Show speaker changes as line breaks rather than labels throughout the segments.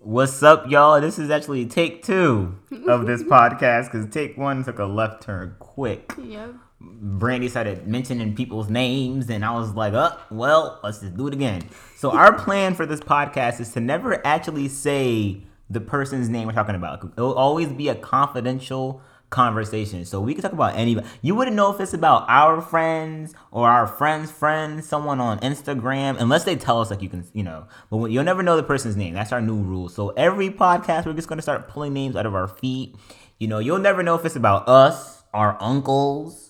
What's up, y'all? This is actually take two of this podcast because take one took a left turn quick.
Yep.
Brandy started mentioning people's names, and I was like, "Uh, well, let's just do it again." So our plan for this podcast is to never actually say the person's name we're talking about. It'll always be a confidential conversation, so we can talk about anybody. You wouldn't know if it's about our friends or our friends' friends, someone on Instagram, unless they tell us like you can, you know. But you'll never know the person's name. That's our new rule. So every podcast, we're just gonna start pulling names out of our feet. You know, you'll never know if it's about us, our uncles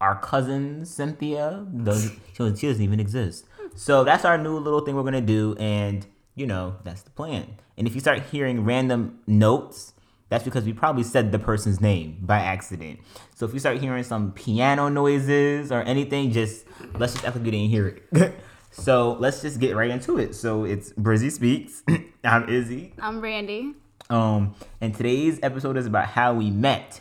our cousin Cynthia does she doesn't- she doesn't even exist. So that's our new little thing we're gonna do, and you know that's the plan. And if you start hearing random notes, that's because we probably said the person's name by accident. So if you start hearing some piano noises or anything, just let's just act like you didn't hear it. so let's just get right into it. So it's Brizzy speaks. I'm Izzy.
I'm Brandy.
Um, and today's episode is about how we met.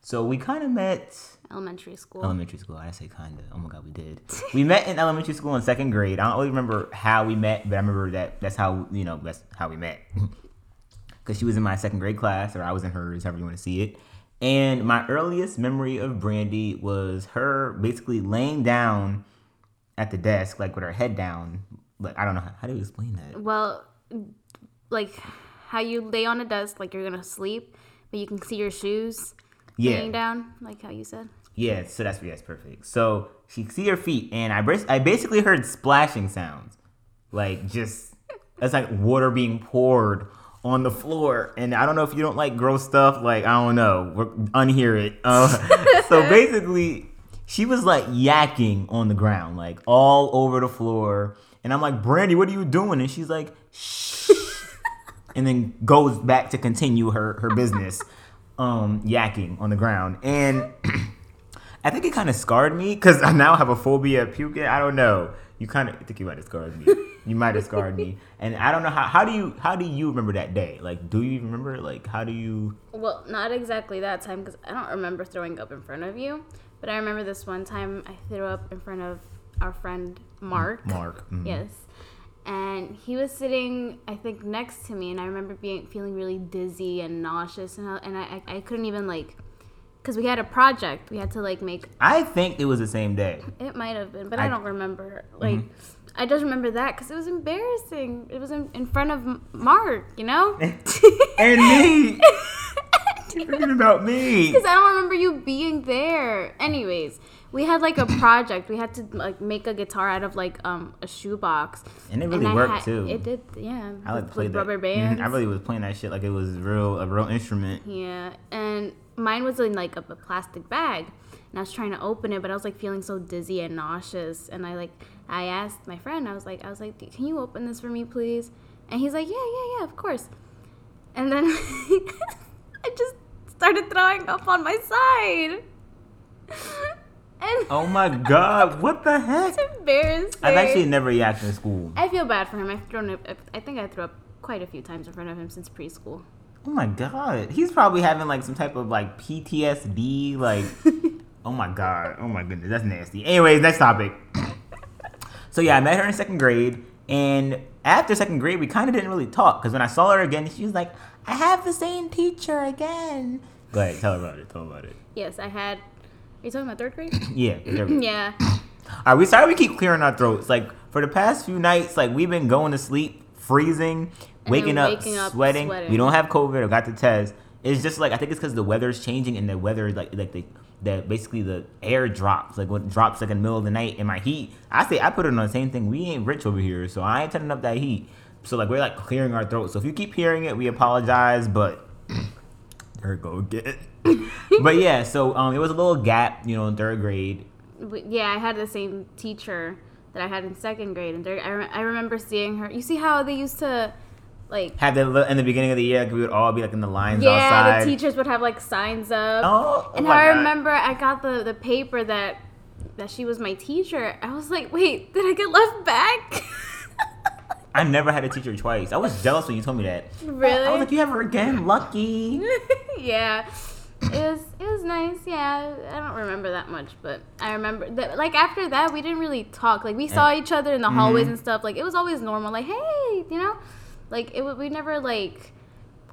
So we kind of met
Elementary school.
elementary school. I say kind of. Oh my god, we did. we met in elementary school in second grade. I don't really remember how we met, but I remember that that's how you know that's how we met. Because she was in my second grade class, or I was in hers, however you want to see it. And my earliest memory of Brandy was her basically laying down at the desk, like with her head down. Like I don't know how, how do you explain that.
well, like how you lay on a desk like you're gonna sleep, but you can see your shoes
Yeah,
hanging down, like how you said.
Yeah, so that's that's perfect. So she see her feet, and I bas- I basically heard splashing sounds, like just that's like water being poured on the floor. And I don't know if you don't like gross stuff, like I don't know, we're, unhear it. Uh, so basically, she was like yakking on the ground, like all over the floor. And I'm like, Brandy, what are you doing? And she's like, shh and then goes back to continue her her business um yakking on the ground and i think it kind of scarred me because i now have a phobia of puking i don't know you kind of think you might have scarred me you might have scarred me and i don't know how how do you how do you remember that day like do you remember like how do you
Well, not exactly that time because I don't remember throwing up in front of you, but I remember this one time I threw up in front of our friend Mark.
mark Mm.
Yes. And he was sitting, I think, next to me, and I remember being feeling really dizzy and nauseous, and I, and I, I couldn't even like, because we had a project, we had to like make.
i think it was the same day
It might have been, but I,
I- Mm-hmm.
don't remember. Like, I just remember that because it was embarrassing. It was in, in front of M- Mark, you know.
and me you're forgetting about me
Because I don't remember you being there. Anyways, we had like a project. We had to like make a guitar out of like um a shoebox.
And it really worked, too.
It did, yeah.
i like
with-
played
with
that-
rubber
Mhm,
bands.
i really was playing that shit like it was real a real instrument
Yeah, and mine was in like a, a plastic bag, and I was trying to open it, but I was like feeling so dizzy and nauseous, and I like I asked my friend, I was like, I was like, can you open this for me, please? And he's like, yeah, yeah, yeah, of course. And then I just started throwing up on my side, and
Oh my god, what the heck?
it's embarrassing.
I've actually never yacked in school.
I feel bad for him. I've thrown up. I think I threw up quite a few times in front of him since preschool.
Oh my god. He's probably having like some type of like PTSD, like oh my god. Oh my goodness, that's nasty. Anyways, next topic. so yeah, I met her in second grade, and after second grade we kinda didn't really talk because when I saw her again, she was like, I have the same teacher again. Go ahead, tell her about it, tell her about it.
Yes, I had. Are you talking about third grade?
Yeah. there we go.
yeah.
All right, we sorry we keep clearing our throats. Like for the past few nights, like we've been going to sleep, freezing, waking, up,
waking up,
sweating.
sweating.
We don't have COVID or got the test. It's just like I think it's because the weather's changing and the weather like like the that basically the air drops like what drops like in the middle of the night in my heat. I say I put it on the same thing. We ain't rich over here, so I ain't turning up that heat. So like we're like clearing our throats. So if you keep hearing it, we apologize, but there go again. but yeah, so um, it was a little gap, you know, in third grade.
But yeah, I had the same teacher that I had in second grade, and there, I, re- I remember seeing her. You see how they used to, like,
have that li- in the beginning of the year, like, we would all be like in the lines
yeah,
outside.
the teachers would have like signs up.
Oh, oh
and
my
I
God.
remember I got the the paper that that she was my teacher. I was like, wait, did I get left back?
I never had a teacher twice. I was jealous when you told me that.
Really?
I was like, you have her again, lucky.
yeah. It was it was nice, yeah. I don't remember that much, but I remember that like after that we
Mm-hmm.
didn't really talk. Like we saw each other in the hallways and stuff. Like it was always normal, like hey, you know. Like it, w- we never like.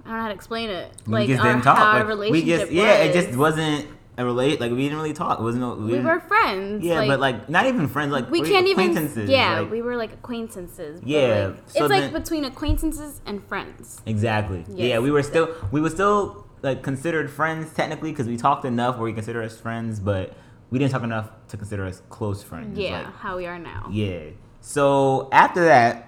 I don't know how to explain it.
We
Like
just
our,
didn't talk.
how our
Like,
relationship
we just yeah, it
was.
just wasn't a relate. Like we didn't really talk. It wasn't. no-
we
didn't-
were friends.
Yeah, but like not even friends. Like
we can't even.
acquaintances,
Yeah,
like-
we were like acquaintances. but,
Yeah,
like,
so
it's like
then-
between acquaintances and friends.
Exactly.
Yes.
Yeah, we were still we were still like considered friends technically because we talked enough where you consider us friends, but we didn't talk enough to consider us close friends.
Yeah,
Like,
how we are now.
yeah. So after that,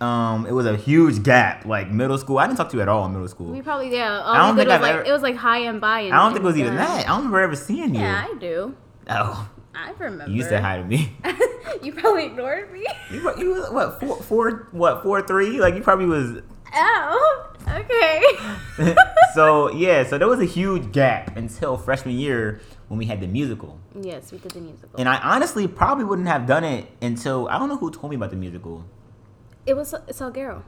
um, it was a huge gap. Like middle school, I didn't talk to you at all in middle school.
We probably yeah. All
don't
we did
think
was
I've
like
ever-
it was like high and by. And
I don't think it was
and
even
done.
that. I don't remember ever seeing you.
Yeah, I do.
oh,
I remember.
you used to hi to me.
you probably ignored me.
you, were- you were, what four, four what four three? Like you probably was
Oh, okay.
so yeah, so there was a huge gap until freshman year when we had the musical.
yes, we did the musical.
And I honestly probably wouldn't have done it until I don't know who told me about the musical.
it was Sal- Salguero.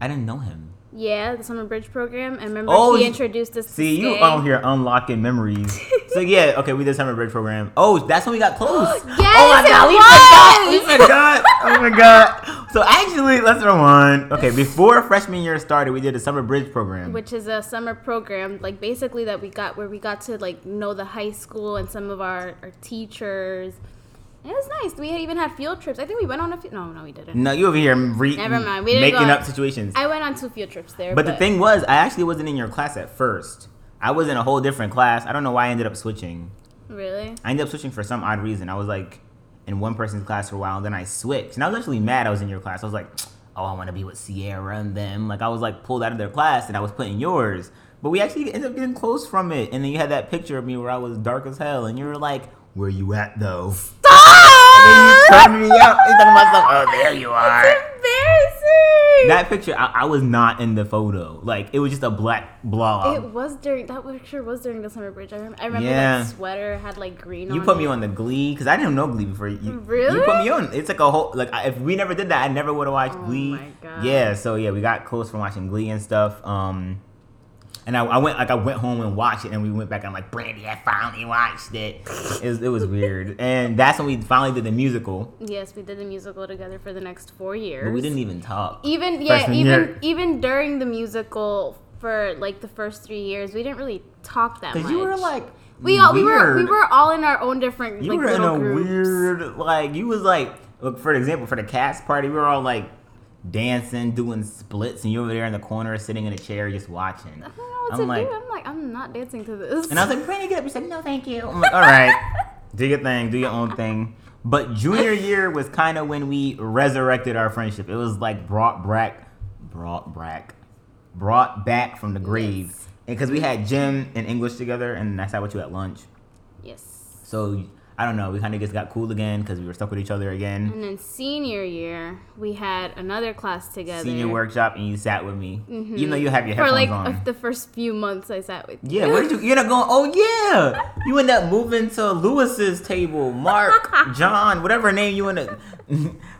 I didn't know him.
Yeah, the summer bridge program. And remember
Oh,
he
you-
introduced us.
See,
to
you
Skag.
out here unlocking memories. so yeah, okay, we did summer bridge program. Oh, that's when we got close.
Yes, it
we
was!
forgot. We forgot. Oh my god. So actually, let's rewind. Okay, before freshman year started, we did a summer bridge program.
Which is a summer program, like basically that we got where we got to like know the high school and some of our, our teachers. It was nice. We had even had field trips. I think we went on a few. No, no, we didn't.
no, you over here re-
Never mind, we didn't
making
go-
up situations.
I went on two field trips there.
But the thing was, I actually wasn't in your class at first. I was in a whole different class. I don't know why I ended up switching.
really,
I ended up switching for some odd reason. I was like in one person's class for a while, and then I switched. And I was actually mad I was in your class. I was like, oh, I want to be with Sierra and them. Like, I was like pulled out of their class and I was put in yours. But we actually ended up getting close from it. And then you had that picture of me where I was dark as hell, and you were like, where you at though?
stop!
And then you turned me up. You talking about some- oh, there you are.
It's embarrassing.
That picture, I, I was not in the photo. Like, it was just a black blob.
It was during that picture was during the summer bridge. I remember, I remember
Yeah.
that sweater had like green.
You
on
put me
it.
on the Glee because I didn't know Glee before. You,
Really?
You put me on. It's like a whole like I- if we never did that, I never would have watched
Oh
Glee.
my God.
Yeah, so yeah, we got close from watching Glee and stuff. Um, and I, I went like I went home and watched it, and we went back. and I'm like, Brandy, I finally watched it. It was, it was weird, and that's when we finally did the musical.
Yes, we did the musical together for the next four years.
But we didn't even talk.
even yeah,
freshman
even
year.
even during the musical for like the first three years, we didn't really talk that much.
Cause you were like
we all we were we
weird.
were all in our own different
You
like
were in
little
a
groups.
weird like you was like look for example for the cast party we were all like dancing doing splits and you were there in the corner sitting in a chair just watching.
I don't know what
I'm
to
like-
do. I'm like I'm not dancing to this.
And I was like, Brandy, get up. You said, no, thank you. I'm like, all right, do your thing, do your own thing. But junior year was kind of when we resurrected our friendship. It was like brought back, brought back, brought back from the grave.
Yes.
And because we had gym and English together, and that's how what you at lunch.
yes.
So I don't know. We kind of just got cool again because we were stuck with each other again.
And then senior year, we had another class together.
Senior workshop, and you sat with me, even though you have your
Mm-hmm. for
headphones
like
on.
the first few months I sat with
yeah, where'd you? You end up going. Oh yeah, you end up moving to Lewis's table, Mark, John, whatever name you end up.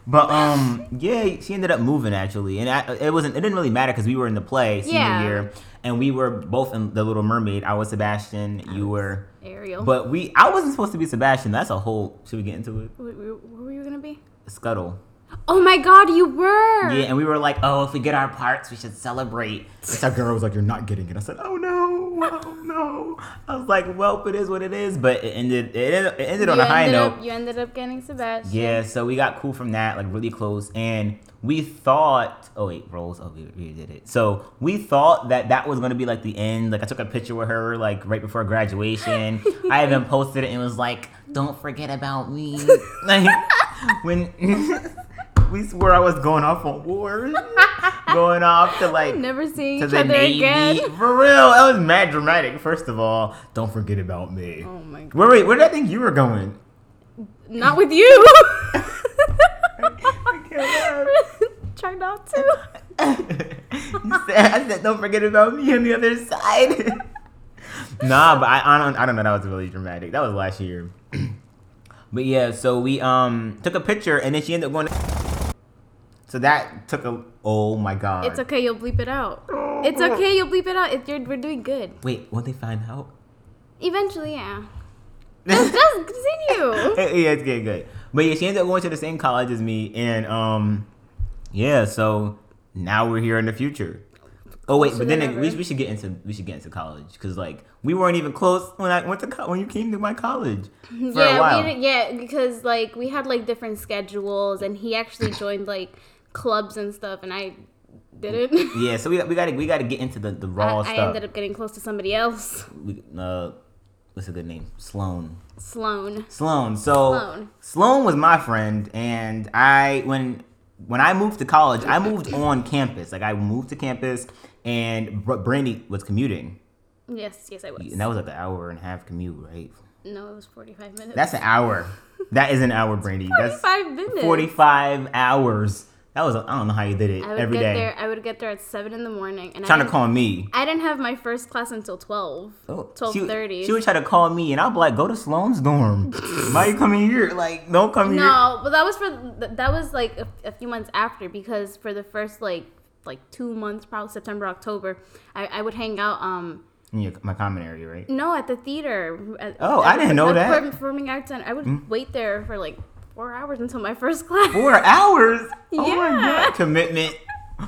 but um, yeah, she ended up moving actually, and I, it wasn't. It didn't really matter because we were in the play senior
Yeah.
year, and we were both in The Little Mermaid. I was Sebastian. You were.
Ariel.
But we, I wasn't supposed to be Sebastian. That's a whole. Should we get into it?
Wh- wh- what were you gonna be?
Scuttle.
Oh my God, you were.
Yeah, and we were like, oh, if we get our parts, we should celebrate. This our girl was like, you're not getting it. I said, oh no, oh no. I was like, well, it is what it is. But it ended, it ended, it ended
You
on a high
ended
note.
Up, you ended up getting Sebastian.
Yeah, so we got cool from that, like really close, and we thought, oh wait, Rose, oh we, we did it. So we thought that that was gonna be like the end. Like I took a picture with her, like right before graduation. I even posted it and was like, "Don't forget about me." like when we swore I was going off on wars, going off to like
Never seeing
to
each
the
other
Navy.
again.
For real, that was mad dramatic. First of all, don't forget about me.
Oh my God.
Where wait, where did I think you were going?
Not with you.
can't
Turned out too.
You said- I said, don't forget about me on the other side. nah, but I, I don't I don't know. That was really dramatic. That was last year. but yeah, so we um took a picture and then she ended up going. to- so that took a oh my god.
It's okay. You'll bleep it out.
Oh.
It's okay. You'll bleep it out. It, you're, we're doing good.
Wait, won't they find out?
Eventually, yeah.
yeah,
Just continue.
it's good, good. But yeah, she ended up going to the same college as me, and um, yeah. So now we're here in the future. Oh wait,
Closer
but then
than
it-
ever.
we, we should get into we should get into college because like we weren't even close when I went to co- when you came to my college for
yeah,
a while.
We didn't, yeah, because like we had like different schedules, and he actually joined like clubs and stuff, and I didn't.
yeah, so we we got to we got to get into the the raw
I,
stuff.
I ended up getting close to somebody else,
we, uh, what's a good name? Sloan.
Sloan.
Sloan. So
Sloan.
Sloan. was my friend, and I when when I moved to college, I moved on campus. Like I moved to campus, and Br- Brandy was commuting,
Yes, yes, I was.
and that was like an hour and a half commute, right?
no, it was forty-five minutes.
That's an hour. That is an hour, Brandy. That's
forty-five minutes.
forty-five hours. That was I I don't know how you did it
I would
every
get
day.
there. I would get there at seven in the morning, and I
Trying to
didn't-
call me.
I didn't have my first class until twelve.
Oh,
Twelve
she-
thirty.
She, would try to call me, and I'd be like, "Go to Sloan's dorm. Why you coming here? Like, don't come here."
No, but that was for th- that was like a, a few months after because for the first like like two months, probably September, October, I, I would hang out. Um,
In your, my common area, right?
no, at the theater. At,
Oh,
at
I didn't
the-
know
at
that. Mm.
the Performing arts center. I would wait there for like four hours until my first class.
Four hours. Oh
Yeah.
my god, commitment.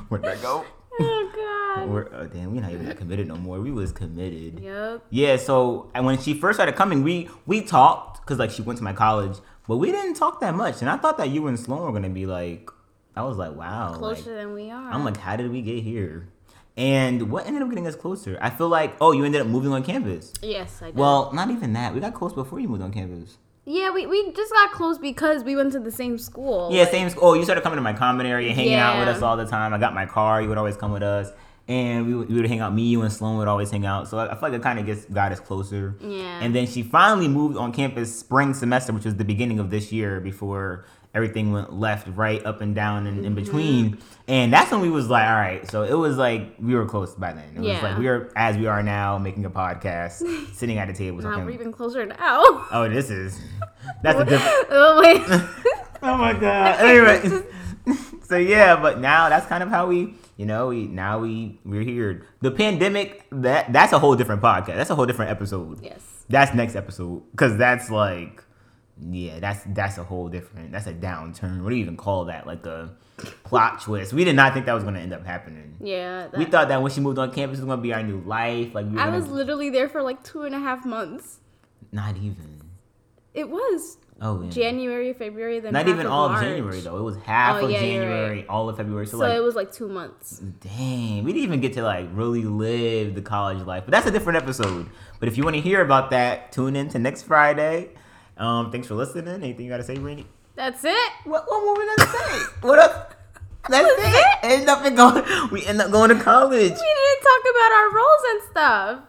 Where'd that go?
oh God.
We're, oh, damn, we're not even that committed no more. We was committed.
Yep.
Yeah. So and when she first started coming, we we talked because like she went to my college, but we didn't talk that much. And I thought that you and Sloan were gonna be like, I was like, wow, like,
Closer than we are.
I'm like, how did we get here? And what ended up getting us closer? I feel like, oh, you ended up moving on campus.
yes, I did.
Well, not even that. We got close before you moved on campus.
yeah, we, we just got close because we went to the same school.
Yeah, same school. Oh, you started coming to my common area, hanging out with
Yeah.
us all the time. I got my car. You would always come with us, and we would, we would hang out. Me, you, and Sloan would always hang out. So I, I feel like it kind of gets got us closer.
Yeah.
And then she finally moved on campus spring semester, which was the beginning of this year before everything went left, right, up and down, and
Mm-hmm.
in between. And that's when we was like, all right. So it was like we were close by then. It
Yeah.
was like we are as we are now, making a podcast, sitting at a table.
Now
talking-
we're even closer now.
oh, this is that's a different.
oh wait.
Oh my god. Anyway, so yeah, but now that's kind of how we, you know, we now we we're here. The pandemic that that's a whole different podcast. That's a whole different episode.
yes.
That's next episode because that's like, yeah, that's that's a whole different. That's a downturn. What do you even call that? Like a plot twist. We did not think that was gonna end up happening.
Yeah.
We
that-
thought that when she moved on campus, it was gonna be our new life. Like we were
I
gonna-
was literally there for like two and a half months.
not even.
It was
Oh, yeah.
January, February, then
not
half
even
of
all
March.
of January though. It was half
Oh,
of
yeah, you're
January, all of February. So,
So
like Mm.
it was like two months.
Dang, we didn't even get to like really live the college life, but that's a different episode. But if you want to hear about that, tune in to next Friday. Um, thanks for listening. Anything you gotta say, Randy?
That's it.
What, what more we gonna say? what up? That's it. End up in going. We end up going to college.
We didn't talk about our roles and stuff.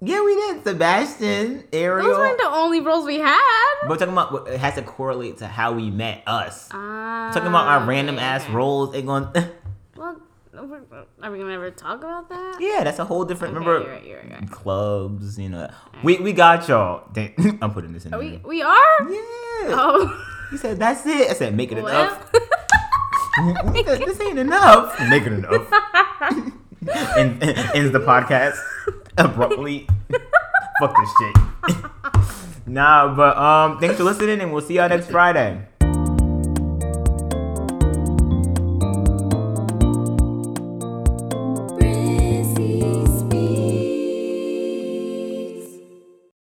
Yeah, we did. Sebastian, Ariel.
Those weren't the only roles we had.
But we're talking about what- it has to correlate to how we met us.
Ah,
talking about our
okay,
random ass
okay.
roles and going.
Well, we're- are we gonna ever talk about that?
yeah, that's a whole different.
Okay,
remember
you're right, you're right, you're right.
clubs? You know, we we got y'all. Dang, I'm putting this in.
Are
there.
we we are.
Yeah.
Oh.
He said, that's it. I said, make it
Well.
enough. He said, this ain't enough. Make it enough. and, and ends the podcast abruptly. Fuck this shit. nah, but um, thanks for listening, and we'll see y'all next Friday.